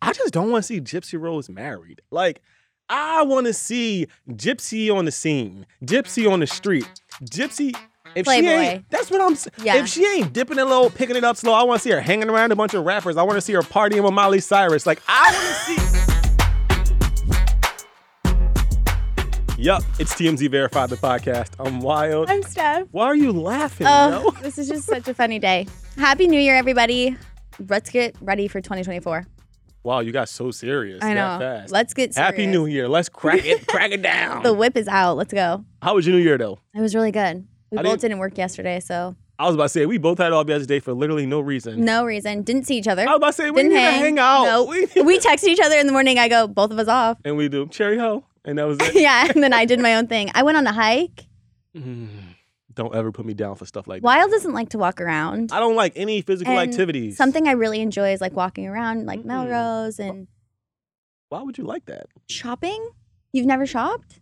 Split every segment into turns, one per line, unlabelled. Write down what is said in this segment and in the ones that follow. I just don't want to see Gypsy Rose married. Like, I want to see Gypsy on the scene, Gypsy on the street, Gypsy. If she
Playboy.
ain't, that's what I'm. s-
Yeah.
If she ain't dipping it low, picking it up slow, I want to see her hanging around a bunch of rappers. I want to see her partying with Molly Cyrus. Like, I want to see. Yup, it's TMZ Verified the podcast. I'm wild.
I'm Steph.
Why are you laughing? yo?
Oh, this is just such a funny day. Happy New Year, everybody. Let's get ready for 2024.
Wow, you got so serious.
I know.
That fast.
Let's get serious.
Happy New Year. Let's crack it, crack it down.
The whip is out. Let's go.
How was your New Year though?
It was really good. We
I
both
didn't-
didn't work yesterday, so
I was about to say we both had all bad day for literally no reason.
no reason. Didn't see each other.
I was about to say Mm. Oh, we
didn't
need to hang out.
No.
We-
we texted each other in the morning. I go, both of us off.
and we do cherry ho, and that was it.
yeah, and then I did my own thing. I went on a hike.
Mm, Don't ever put me down for stuff like that.
Wild doesn't like to walk around.
I don't like any physical
And
activities.
Something I really enjoy is like walking around, like
Mm-mm.
Melrose and
Why would you like that?
shopping. You've never shopped?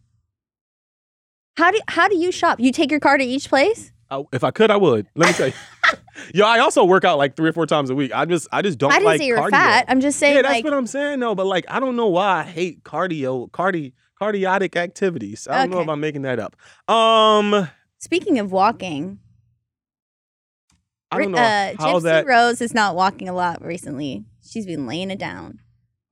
How do how do you shop? You take your car to each place?
I, if I could, I would. Let me tell you. Yo, I also work out like three or four times a week. I just, I just don't
I didn't
like
say you were
cardio.
fat. I'm just saying
yeah, that's
like
what I'm saying though. But like, I don't know why I hate cardio, cardi, cardiotic activities. I don't know
Okay.
if I'm making that up. Um,
speaking of walking,
I don't know
uh,
how
Gypsy
that.
Rose is not walking a lot recently. She's been laying it down.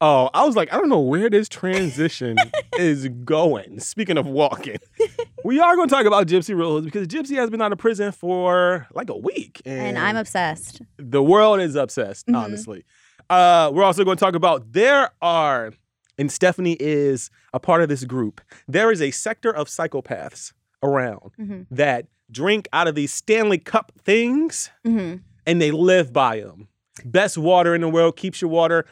Oh, I was like, I don't know where this transition is going. Speaking of walking, we are going to talk about Gypsy Rose because Gypsy has been out of prison for like a week, and,
And I'm obsessed.
the world is obsessed.
Mhm.
Honestly, uh, we're also going to talk about there are, and Stephanie is a part of this group. There is a sector of psychopaths around
Mhm.
that drink out of these Stanley Cup things
hmm
and they live by them. Best water in the world keeps your water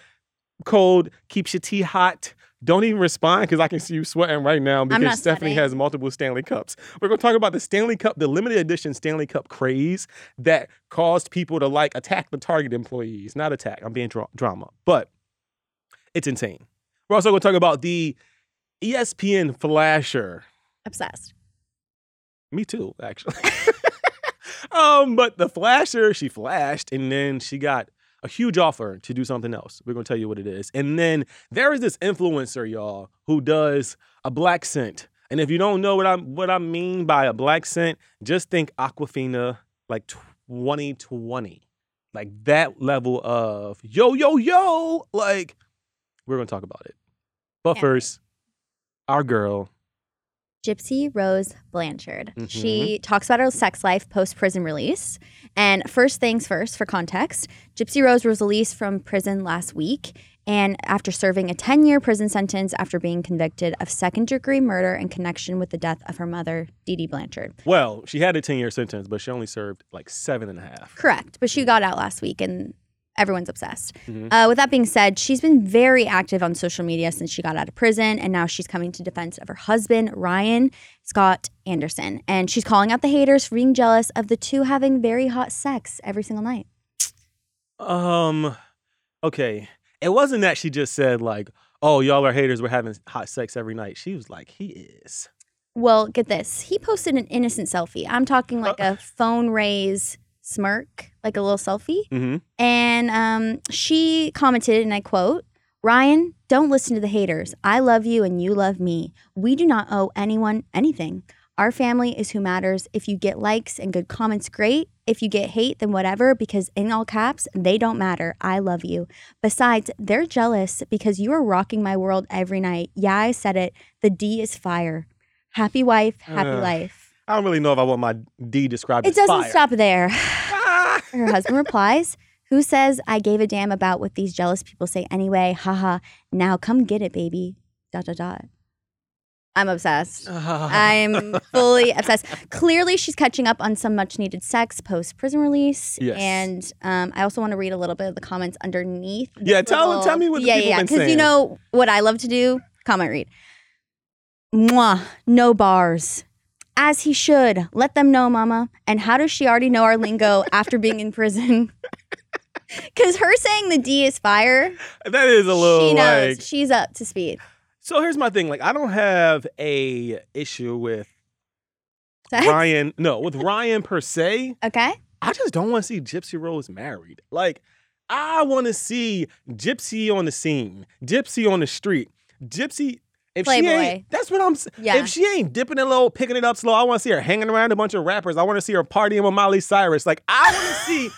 cold, keeps your tea hot. Don't even respond because I can see you sweating right now
not
because Stephanie
sweating.
has multiple Stanley Cups. We're going to talk about the Stanley Cup, the limited edition Stanley Cup craze that caused people to like attack the Target employees. Not attack, I'm being dra- drama, but it's insane. We're also going to talk about the E ESPN flasher.
Obsessed.
Me too, actually. um, but the flasher, she flashed, and then she got a huge offer to do something else. We're gonna tell you what it is. And then there is this influencer, y'all, who does a black scent. And if you don't know what I am what I mean by a black scent, just think Aquafina like 2020. Like that level of yo, yo, yo. Like, we're gonna talk about it. But
Can't wait.
first, our girl.
Gypsy Rose Blanchard. She talks about her sex life post prison release. And first things first, for context, Gypsy Rose was released from prison last week and after serving a 10 year prison sentence after being convicted of second degree murder in connection with the death of her mother, Dee Dee Blanchard.
Well, she had a 10 year sentence, but she only served like seven and a half.
Correct. But she got out last week and everyone's obsessed.
Mhm.
Uh, with that being said, she's been very active on social media since she got out of prison. And now she's coming to defense of her husband, Ryan Scott Anderson. And she's calling out the haters for being jealous of the two having very hot sex every single night.
Um, okay. It wasn't that she just said, like, oh, y'all are haters, we're having hot sex every night. She was like, he is.
Well, get this. He posted an innocent selfie. I'm talking like a phone raise smirk, like a little selfie.
Mm-hmm.
And um, she commented, and I quote, Ryan, don't listen to the haters. I love you and you love me. We do not owe anyone anything. Our family is who matters. If you get likes and good comments, great. If you get hate, then whatever, because in all caps, they don't matter. I love you. Besides, they're jealous because you are rocking my world every night. Yeah, I said it. The D is fire. Happy wife, happy
Ugh.
life.
I don't really know if I want my D described
It
as
doesn't
fire.
stop there.
Ah!
Her husband replies, Who says I gave a damn about what these jealous people say anyway? Haha. Now come get it, baby. Dot, dot, dot. I'm obsessed. I'm fully obsessed. Clearly, she's catching up on some much needed sex post prison release.
Yes.
And um, I also want to read a little bit of the comments underneath. this
Yeah, tell- tell me what the
yeah,
people
yeah,
been
Because you
saying.
know what I love to do? Comment read. Mwah, no bars. As he should. Let them know, mama. And how does she already know our lingo after being in prison? Because her saying the D is fire,
That is a little
she knows.
like.
She's up to speed.
So here's my thing. Like, I don't have a issue with
Sex?
Ryan. No, with Ryan per se.
Okay.
I just don't want to see Gypsy Rose married. Like, I want to see Gypsy on the scene, Gypsy on the street, Gypsy. If she
Playboy.
ain't, that's what I'm. s-
Yeah.
If she ain't dipping it low, picking it up slow, I want to see her hanging around a bunch of rappers. I want to see her partying with Molly Cyrus. Like I want to see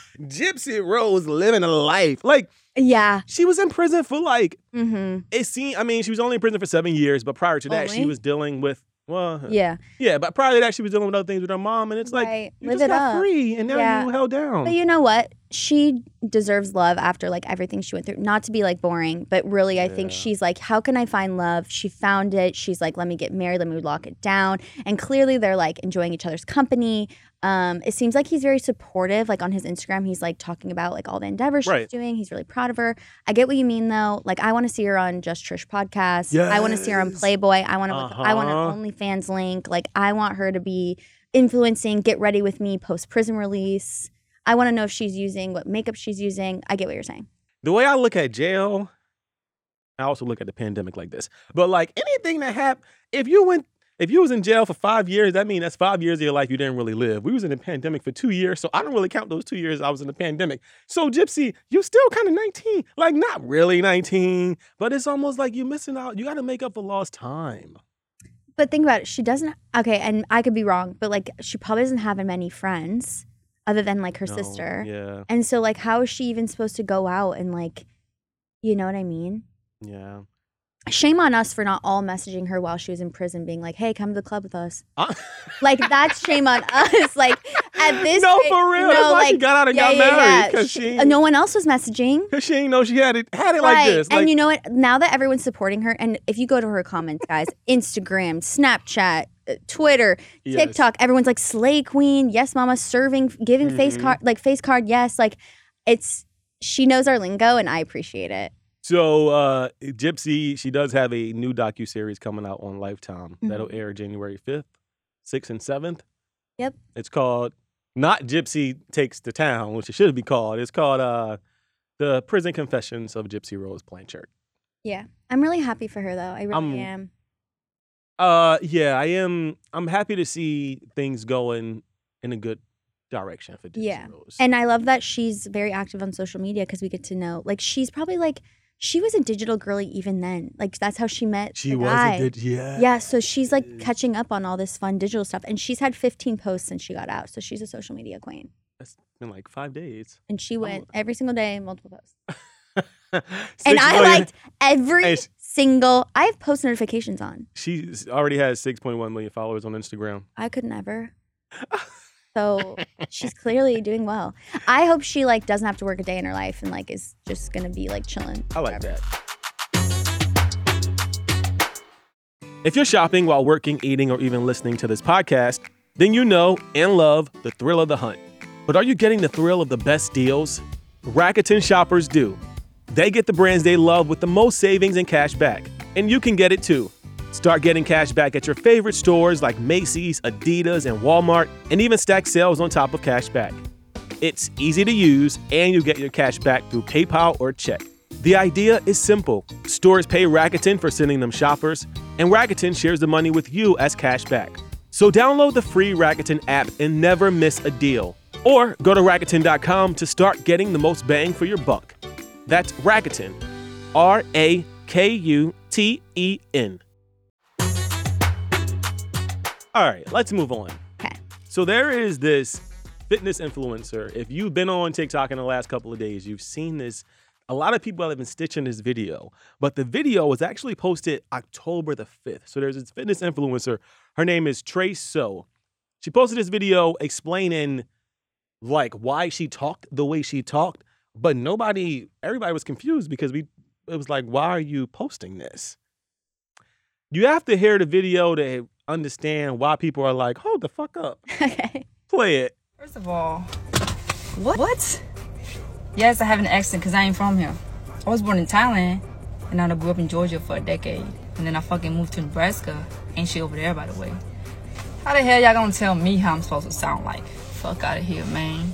Gypsy Rose living a life. Like
Yeah.
she was in prison for like
Mm-hmm.
it seemed. I mean, she was only in prison for seven years, but prior to that, she
Only?
was dealing with well, yeah.
Yeah.
but prior to that, she was dealing with other things with her mom, and it's like
right.
you
Live
just
it
got
up.
free, and now
Yeah.
you held down.
But you know what? She deserves love after like everything she went through. Not to be like boring, but really, I think
Yeah.
she's like, how can I find love? She found it. She's like, let me get married. Let me lock it down. And clearly, they're like enjoying each other's company. Um, it seems like he's very supportive. Like on his Instagram, he's like talking about like all the endeavors she's
Right.
doing. He's really proud of her. I get what you mean though. Like I want to see her on Just Trish podcast. I want to see her on
Yes.
Playboy. I want to. I want an
Uh-huh.
OnlyFans link. Like I want her to be influencing. Get ready with me post prison release. I want to know if she's using what makeup she's using. I get what you're saying.
the way I look at jail, I also look at the pandemic like this. But like anything that happened, if you went, if you was in jail for five years, that means that's five years of your life you didn't really live. We was in the pandemic for two years, so I don't really count those two years I was in the pandemic. So Gypsy, you still kind of 19, like not really 19, but it's almost like you missing out. You got to make up for lost time.
But think about it. She doesn't. Okay, and I could be wrong, but like she probably doesn't have many friends other than like her
No,
sister.
Yeah,
And so like, how is she even supposed to go out and like, you know what I mean?
yeah.
Shame on us for not all messaging her while she was in prison, being like, "Hey, come to the club with us."
I-
Like that's shame on us. Like at this
no,
rate-
for real.
no,
That's why she
like,
got out and
yeah,
got
yeah,
married
yeah.
because
She-
she,
uh, no one else was messaging.
cause she ain't know she had it had it like
right.
this. Like,
and you know what? Now that everyone's supporting her, and if you go to her comments, guys, Instagram, Snapchat, uh, Twitter,
yes.
TikTok, everyone's like Slay Queen, yes, Mama, serving, giving face
Mhm.
card, like face card, yes, like it's she knows our lingo, and I appreciate it.
So uh Gypsy, she does have a new docu series coming out on Lifetime that'll
Mhm.
air January fifth, sixth, and seventh.
Yep.
It's called not Gypsy Takes the Town, which it should be called. It's called uh The Prison Confessions of Gypsy Rose Blanchard.
I'm really happy for her, though. I really
I'm-
am.
Uh yeah, I am I'm happy to see things going in a good direction for Gypsy
Yeah.
Rose.
And I love that she's very active on social media because we get to know, like, she's probably like, she was a digital girly even then. Like, that's how she met.
she
the
was
guy.
a good yeah.
Yeah, so she's like
Yes.
catching up on all this fun digital stuff. And she's had 15 posts since she got out. So she's a social media queen.
That's been like five days.
And she went
Oh.
every single day, multiple posts. and
Six
I
million-
liked every
Hey, sh-
single, I have post notifications on.
she already has six point one million followers on Instagram.
I could never. So she's clearly doing well. I hope she like doesn't have to work a day in her life and like is just gonna be like chilling.
I like that. If you're shopping while working, eating, or even listening to this podcast, then you know and love the thrill of the hunt. But are you getting the thrill of the best deals? Rakuten shoppers do. They get the brands they love with the most savings and cash back, and you can get it too. Start getting cash back at your favorite stores like Macy's, Adidas, and Walmart, and even stack sales on top of cash back. It's easy to use, and you get your cash back through PayPal or check. The idea is simple stores pay Rakuten for sending them shoppers, and Rakuten shares the money with you as cash back. So download the free Rakuten app and never miss a deal. Or go to Rakuten.com to start getting the most bang for your buck. That's Rakuten, R A K U T E N. All right, let's move on.
Okay.
So there is this fitness influencer. If you've been on TikTok in the last couple of days, you've seen this. A lot of people have been stitching this video, but the video was actually posted October the 5th. So there's this fitness influencer. Her name is Trace So. She posted this video explaining like why she talked the way she talked, but nobody, everybody was confused because we it was like, why are you posting this? You have to hear the video to understand why people are like, hold the fuck up.
okay.
Play it.
First of all, what? What? Yes, I have an accent because I ain't from here. I was born in Thailand, and I grew up in Georgia for a decade, and then I fucking moved to Nebraska. Ain't she over there, by the way? How the hell y'all gonna tell me how I'm supposed to sound like? Fuck out of here, man.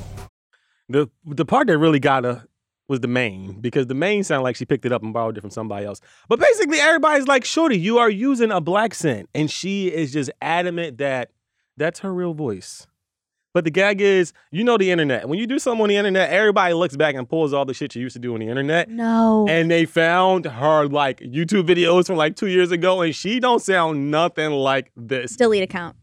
The the part that really got her was the main because the main sounded like she picked it up and borrowed it from somebody else. But basically, everybody's like, "Shorty, you are using a black scent," and she is just adamant that that's her real voice. But the gag is, you know the internet. When you do something on the internet, everybody looks back and pulls all the shit you used to do on the internet.
No.
And they found her like YouTube videos from like two years ago, and she don't sound nothing like this.
Delete account.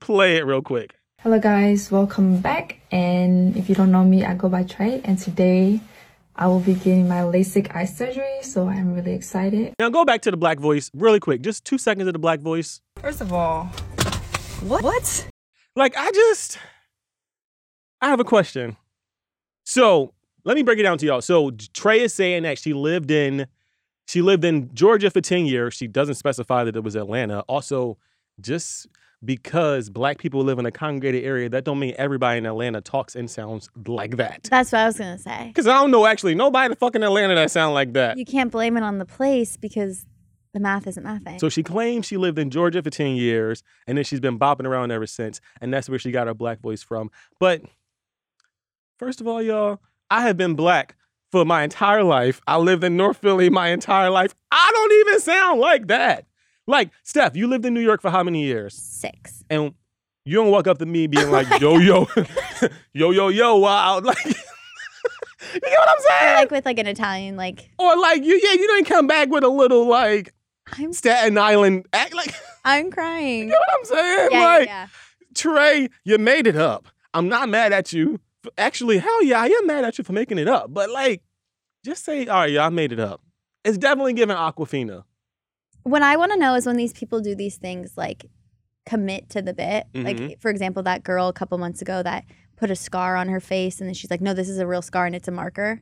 Play it real quick.
Hello guys, welcome back. And if you don't know me, I go by Trey. And today, I will be getting my LASIK eye surgery, so I'm really excited.
Now go back to the black voice really quick. Just two seconds of the black voice.
First of all, what? What?
Like I just, I have a question. So let me break it down to y'all. So Trey is saying that she lived in, she lived in Georgia for ten years. She doesn't specify that it was Atlanta. Also, just because black people live in a congregated area, that don't mean everybody in Atlanta talks and sounds like that.
That's what I was gonna say.
Because I don't know actually nobody in fucking Atlanta that sound like that.
You can't blame it on the place because the math eh? isn't mathing.
So she claims she lived in Georgia for 10 years and then she's been bopping around ever since. And that's where she got her black voice from. But first of all, y'all, I have been black for my entire life. I lived in North Philly my entire life. I don't even sound like that. Like, Steph, you lived in New York for how many years?
Six.
And you don't walk up to me being like, yo, yo, yo, yo, yo, wow. Like, you get what I'm saying?
Like with like an Italian, like
or like, you, yeah, you didn't come back with a little like
I'm
Staten Island act. Like,
I'm crying.
You know what I'm saying?
Yeah,
like,
yeah,
Trey, you made it up. I'm not mad at you. F- Actually, hell yeah, I am mad at you for making it up. But like, just say, all right, yeah, I made it up. It's definitely giving Aquafina.
What I want to know is when these people do these things, like commit to the bit.
Mm-hmm.
Like for example, that girl a couple months ago that put a scar on her face, and then she's like, "No, this is a real scar, and it's a marker."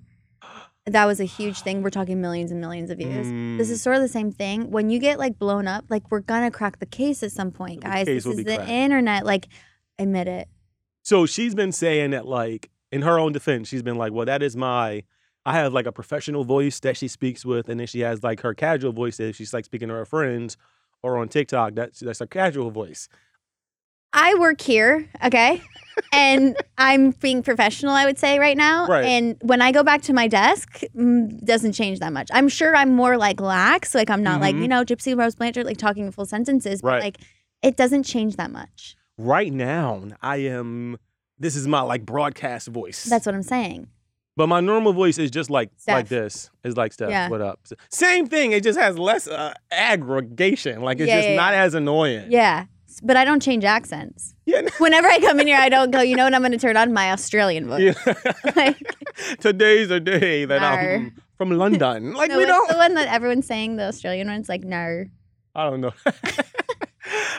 That was a huge thing. We're talking millions and millions of views. This
Mm.
is sort of the same thing. When you get like blown up, like we're gonna crack the case at some point,
The
guys.
case
This
will
is
be
the
cracked.
internet. Like, admit it.
So she's been saying that, like, in her own defense, she's been like, well, that is my, I have like a professional voice that she speaks with, and then she has like her casual voice that if she's like speaking to her friends or on TikTok, that's that's her casual voice.
I work here, okay? and I'm being professional, I would say, right now.
Right.
And when I go back to my desk, mm, doesn't change that much. I'm sure I'm more like lax, like I'm not like,
Mhm.
you know, Gypsy Rose Blanchard, like talking full sentences, but
Right.
like it doesn't change that much.
Right now, I am. This is my like broadcast voice.
That's what I'm saying.
But my normal voice is just like like
Steph.
this. It's like Steph.
Yeah.
What up? S- Same thing. It just has less uh, aggregation. Like it's
Yeah,
just
yeah,
not as annoying.
Yeah. S- But I don't change accents.
Yeah.
Whenever I come in here, I don't go, you know what, I'm going to turn on my Australian voice. Like,
Today's a day that
Nar.
I'm from London. Like
no,
we
what's
don't.
the one that everyone's saying, the Australian one? It's like, no.
I don't know.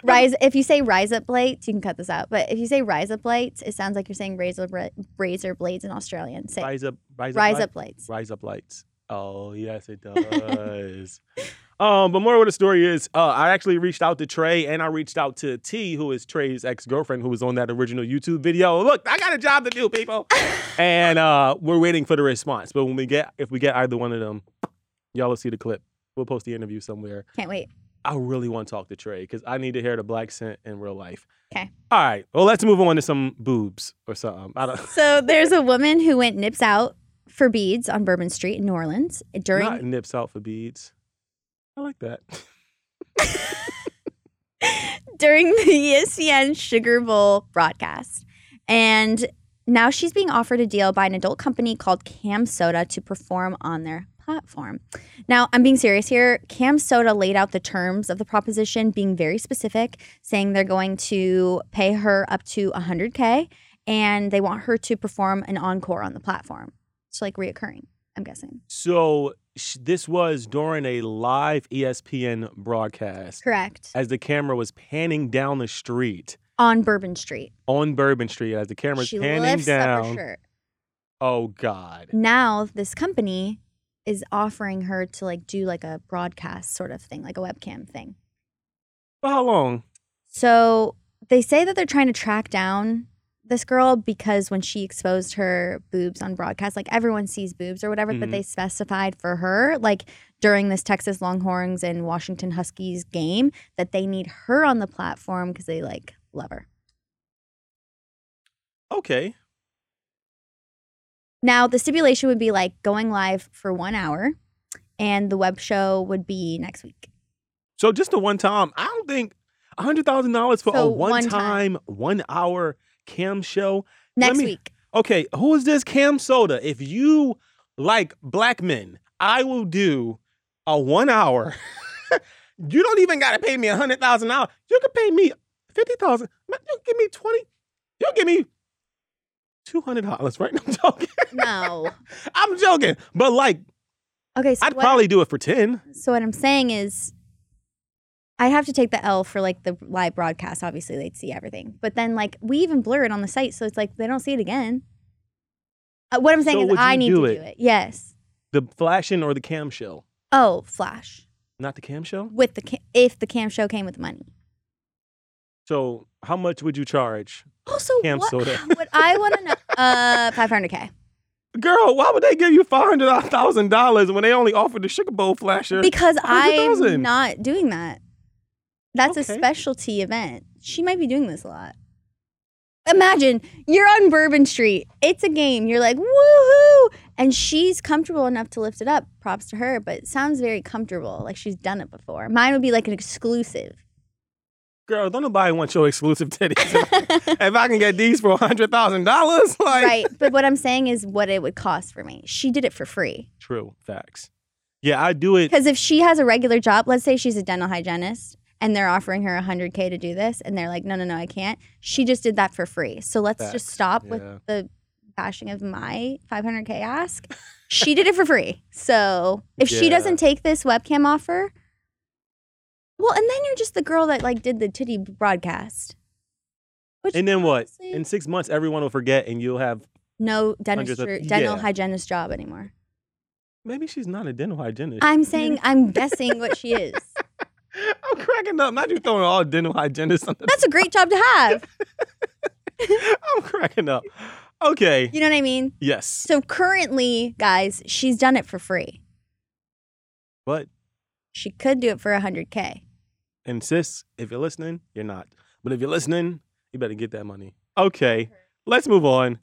Rise. If you say rise up blades, you can cut this out. But if you say rise up blades, it sounds like you're saying razor bra- razor blades in Australian. Say
rise
rise,
up. Rise, up. light-
up blades.
Rise up lights. Oh yes, it does. um, but more what the story is, uh, I actually reached out to Trey and I reached out to T, who is Trey's ex girlfriend, who was on that original YouTube video. Look, I got a job to do, people, and uh, we're waiting for the response. But when we get, if we get either one of them, y'all will see the clip. We'll post the interview somewhere.
Can't wait.
I really want to talk to Trey because I need to hear the black scent in real life.
'Kay.
All right. Well, let's move on to some boobs or something. I don't.
So there's a woman who went nips out for beads on Bourbon Street in New Orleans during.
Not nips out for beads. I like that.
during the E ESPN Sugar Bowl broadcast. And now she's being offered a deal by an adult company called Cam Soda to perform on their platform. Now, I'm being serious here. Cam Soda laid out the terms of the proposition, being very specific, saying they're going to pay her up to 100K and they want her to perform an encore on the platform. It's like reoccurring, I'm guessing.
So sh- this was during a live E ESPN broadcast
Correct.
as the camera was panning down the street
On Bourbon Street.
on Bourbon Street as the camera's
She
panning
lifts up her
down.
shirt.
Oh God.
now this company is offering her to like do like a broadcast sort of thing, like a webcam thing.
For how long?
So they say that they're trying to track down this girl because when she exposed her boobs on broadcast, like everyone sees boobs or whatever, but
Mhm.
they specified for her, like during this Texas Longhorns and Washington Huskies game, that they need her on the platform because they like love her.
Okay.
Now, the stipulation would be like going live for one hour and the web show would be next week.
So just the one time. I don't think hundred thousand dollars for a
So
one
one time.
time, one hour Cam show Let
Next
me-
week.
Okay, who is this Cam Soda? If you like black men, I will do a one hour. you don't even gotta pay me a hundred thousand dollars. You can pay me fifty thousand. You can give me twenty. You can give me two hundred dollars. Right? I'm joking.
No.
I'm joking. But like,
Okay, so
I'd
what,
probably do it for ten.
so what I'm saying is I'd have to take the L for like the live broadcast. Obviously, they'd see everything. But then like we even blur it on the site, so it's like they don't see it again. Uh, what I'm saying
So
is
would
I
you
need
do
to
it?
do it. Yes.
The flashing or the cam show?
Oh, flash.
Not the cam show.
With the ca- if the cam show came with money.
So how much would you charge?
Also,
Cam
what,
soda.
what I want to know, uh, 500K.
Girl, why would they give you five hundred thousand dollars when they only offered the sugar bowl flasher?
Because I'm
100,000.
not doing that. That's a
Okay.
specialty event. She might be doing this a lot. Imagine you're on Bourbon Street. It's a game. You're like, woohoo. And she's comfortable enough to lift it up. Props to her, but it sounds very comfortable. Like she's done it before. Mine would be like an exclusive.
Girl, don't nobody want your exclusive titties. if I can get these for hundred thousand dollars, like
right. But what I'm saying is what it would cost for me. She did it for free.
true facts. Yeah, I do it.
Because if she has a regular job, let's say she's a dental hygienist and they're offering her 100K to do this, and they're like, no, no, no, I can't. She just did that for free. So let's just
Facts,
stop with
yeah.
the bashing of my 500K ask. she did it for free. So if she
Yeah.
doesn't take this webcam offer, well, and then you're just the girl that like did the titty broadcast. Which
And then what?
honestly,
In six months, everyone will forget, and you'll have
no
hundreds of-
dentist, dental
yeah.
hygienist job anymore.
maybe she's not a dental hygienist.
I'm saying I'm guessing what she is.
I'm cracking up. Not you throwing all dental hygienists. Under
That's a great job to have.
I'm cracking up. Okay.
You know what I mean?
Yes,
So currently, guys, she's done it for free.
but
She could do it for 100K.
and sis, if you're listening, you're not. But if you're listening, you better get that money. Okay, let's move on.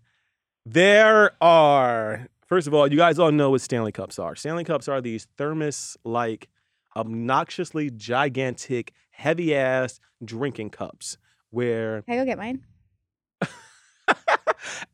There are, first of all, you guys all know what Stanley Cups are. Stanley Cups are these thermos like, obnoxiously gigantic, heavy ass drinking cups where
Can I go get mine?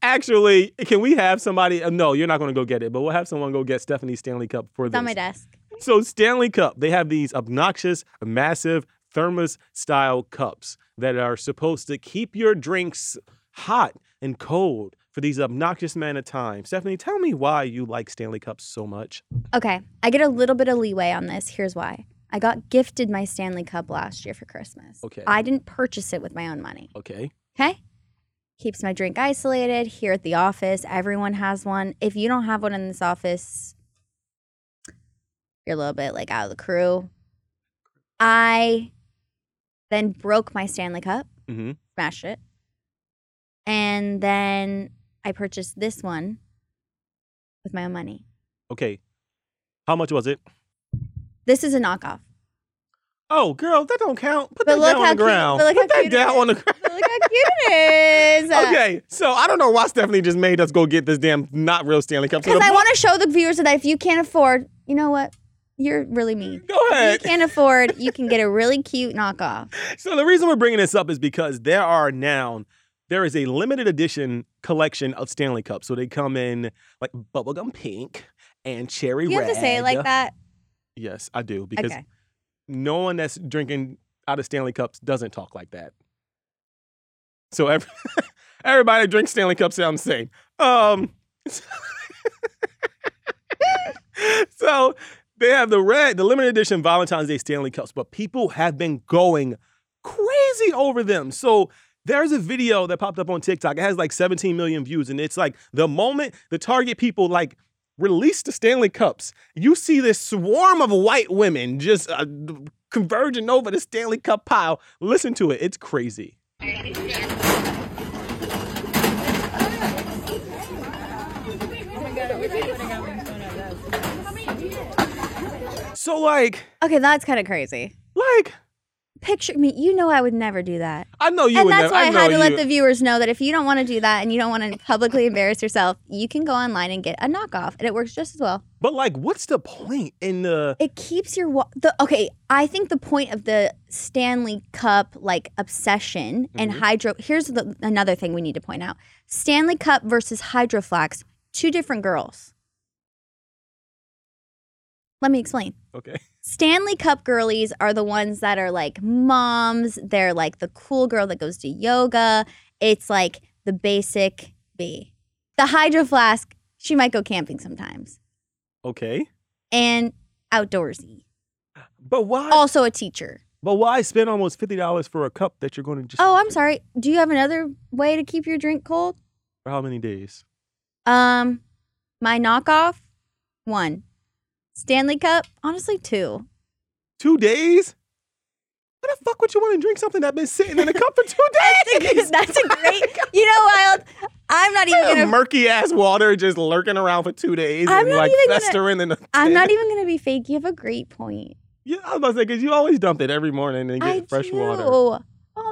actually, can we have somebody? uh, No, you're not going to go get it, but we'll have someone go get Stephanie Stanley Cup for
It's
this.
on my desk.
So Stanley Cup, they have these obnoxious, massive thermos style cups that are supposed to keep your drinks hot and cold for these obnoxious amount of time. Stephanie, tell me why you like Stanley Cups so much.
Okay, I get a little bit of leeway on this. Here's why. I got gifted my Stanley Cup last year for Christmas.
Okay.
I didn't purchase it with my own money.
Okay.
Okay? Keeps my drink isolated here at the office. Everyone has one. If you don't have one in this office, you're a little bit like out of the crew. I then broke my Stanley Cup.
Mm-hmm.
smash it. And then I purchased this one with my own money.
Okay. How much was it?
This is a knockoff.
Oh, girl, that don't count. Put that
But look
down
how
on the
cute-
ground.
but look
Put
how
that
cute it
down
is.
on the ground.
Look how cute it is. Uh,
Okay, so I don't know why Stephanie just made us go get this damn not real Stanley Cup. So
Because
the
I
bo-
want to show the viewers that if you can't afford, you know what? You're really mean.
Go
If
ahead.
you can't afford, you can get a really cute knockoff.
So the reason we're bringing this up is because there are now there is a limited edition collection of Stanley Cups. So they come in like bubblegum pink and cherry
You
red.
have to say it like that.
Yes, I do because
okay.
no one that's drinking out of Stanley Cups doesn't talk like that. So every, everybody that drinks Stanley Cups sounds the same. Um, so they have the red, the limited edition Valentine's Day Stanley Cups, but people have been going crazy over them. So there's a video that popped up on TikTok. It has like 17 million views, and it's like the moment the target people like release the Stanley Cups, you see this swarm of white women just uh, converging over the Stanley Cup pile. Listen to it; it's crazy. So like,
Okay, that's kind of crazy.
like
picture me. You know I would never do that.
I know you
and
would
that's
never.
why I,
know
had to
you.
let the viewers know that if you don't want to do that and you don't want to publicly embarrass yourself, you can go online and get a knockoff, and it works just as well.
But like, what's the point in the?
It keeps your wa- the okay. I think the point of the Stanley Cup like obsession and hydro. Here's the, another thing we need to point out: Stanley Cup versus Hydroflax, two different girls. Let me explain.
Okay.
Stanley Cup girlies are the ones that are like moms. They're like the cool girl that goes to yoga. It's like the basic B. The hydro flask, she might go camping sometimes
Okay.
and outdoorsy.
But why?
Also a teacher.
But why spend almost fifty dollars for a cup that you're going to just
Oh, I'm sorry. Do you have another way to keep your drink cold?
for how many days?
Um, my knockoff, one. Stanley Cup, honestly, two.
Two days? Why the fuck would you want to drink something that's been sitting in a cup for two days?
That's a great. You know, Wild. I'm not even gonna
murky ass water just lurking around for two days
I'm
and
not
like
even gonna-
festering in the.
I'm not even gonna be fake. You have a great point.
Yeah, I was about to say because you always dump it every morning and get
I
fresh
do.
water.
Oh,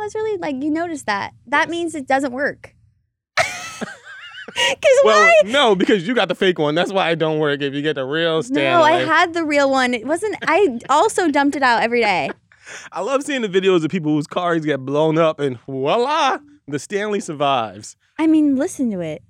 that's really like you noticed that. That means it doesn't work. Because
Well,
why?
no, because you got the fake one. That's why it don't work. If you get the real Stanley,
No, I had the real one. It wasn't. I also dumped it out every day.
I love seeing the videos of people whose cars get blown up and voila, the Stanley survives.
I mean, listen to it.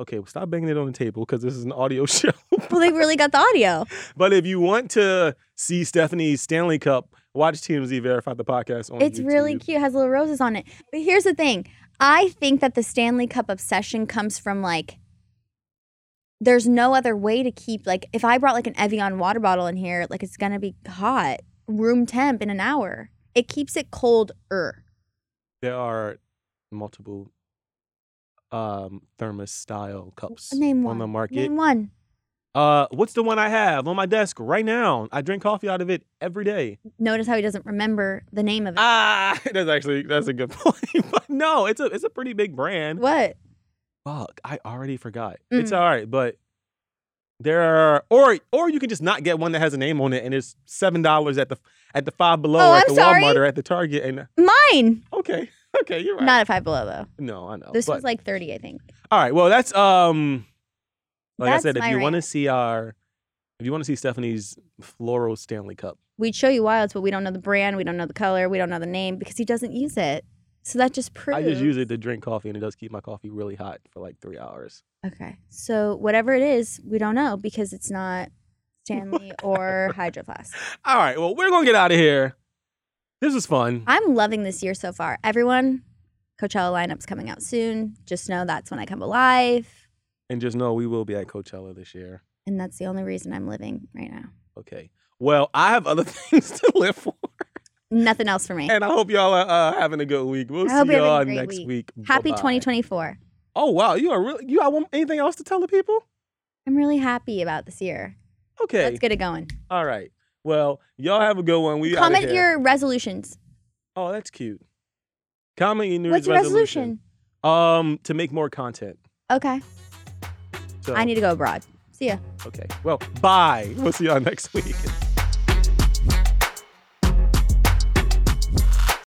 Okay, well, stop banging it on the table because this is an audio show.
Well, they really got the audio.
but if you want to see Stephanie's Stanley Cup, watch TMZ Verify the podcast on
It's
YouTube.
really cute. It has little roses on it. But here's the thing. I think that the Stanley Cup obsession comes from like there's no other way to keep like if I brought like an Evian water bottle in here, like it's gonna be hot, room temp in an hour. It keeps it colder.
There are multiple um, thermos style cups
Name
on
one.
the market.
Name one.
Uh, what's the one I have on my desk right now? I drink coffee out of it every day.
Notice how he doesn't remember the name of it.
Ah, that's actually that's a good point. but no, it's a it's a pretty big brand.
what?
Fuck, I already forgot. It's
Mm.
all right, but there are or or you can just not get one that has a name on it, and it's seven dollars at the at the Five Below,
Oh,
or at
I'm
the
sorry.
Walmart, or at the Target. And
Mine.
okay, okay, you're right.
Not at five below though.
no, I know.
This
but-
was like thirty, I think.
all right. Well, that's um, like
That's
I said, if
my
you
rant.
want to see our, if you want to see Stephanie's floral Stanley Cup.
We'd show you wilds, but we don't know the brand, we don't know the color, we don't know the name because he doesn't use it. So that just proves
I just use it to drink coffee, and it does keep my coffee really hot for like three hours.
Okay. So whatever it is, we don't know because it's not Stanley or Hydro Flask.
All right, well, we're gonna get out of here. This was fun.
I'm loving this year so far. Everyone, Coachella lineup's coming out soon. Just know that's when I come alive.
And just know we will be at Coachella this year.
And that's the only reason I'm living right now.
Okay. Well, I have other things to live for,
Nothing else for me.
and I hope y'all are uh, having a good week. We'll
I hope
see
you're having a
y'all
great
next
week.
week.
Happy
Bye-bye.
2024.
Oh wow, you are really. You I want anything else to tell the people?
I'm really happy about this year.
Okay.
Let's get it going.
All right. Well, y'all have a good one. We outta
Comment
here.
your resolutions.
Oh, that's cute. Comment your New Year's
What's your resolution?
resolution. Um, to make more content.
Okay.
So,
I need to go abroad. See ya.
Okay. Well, bye. We'll see y'all next week.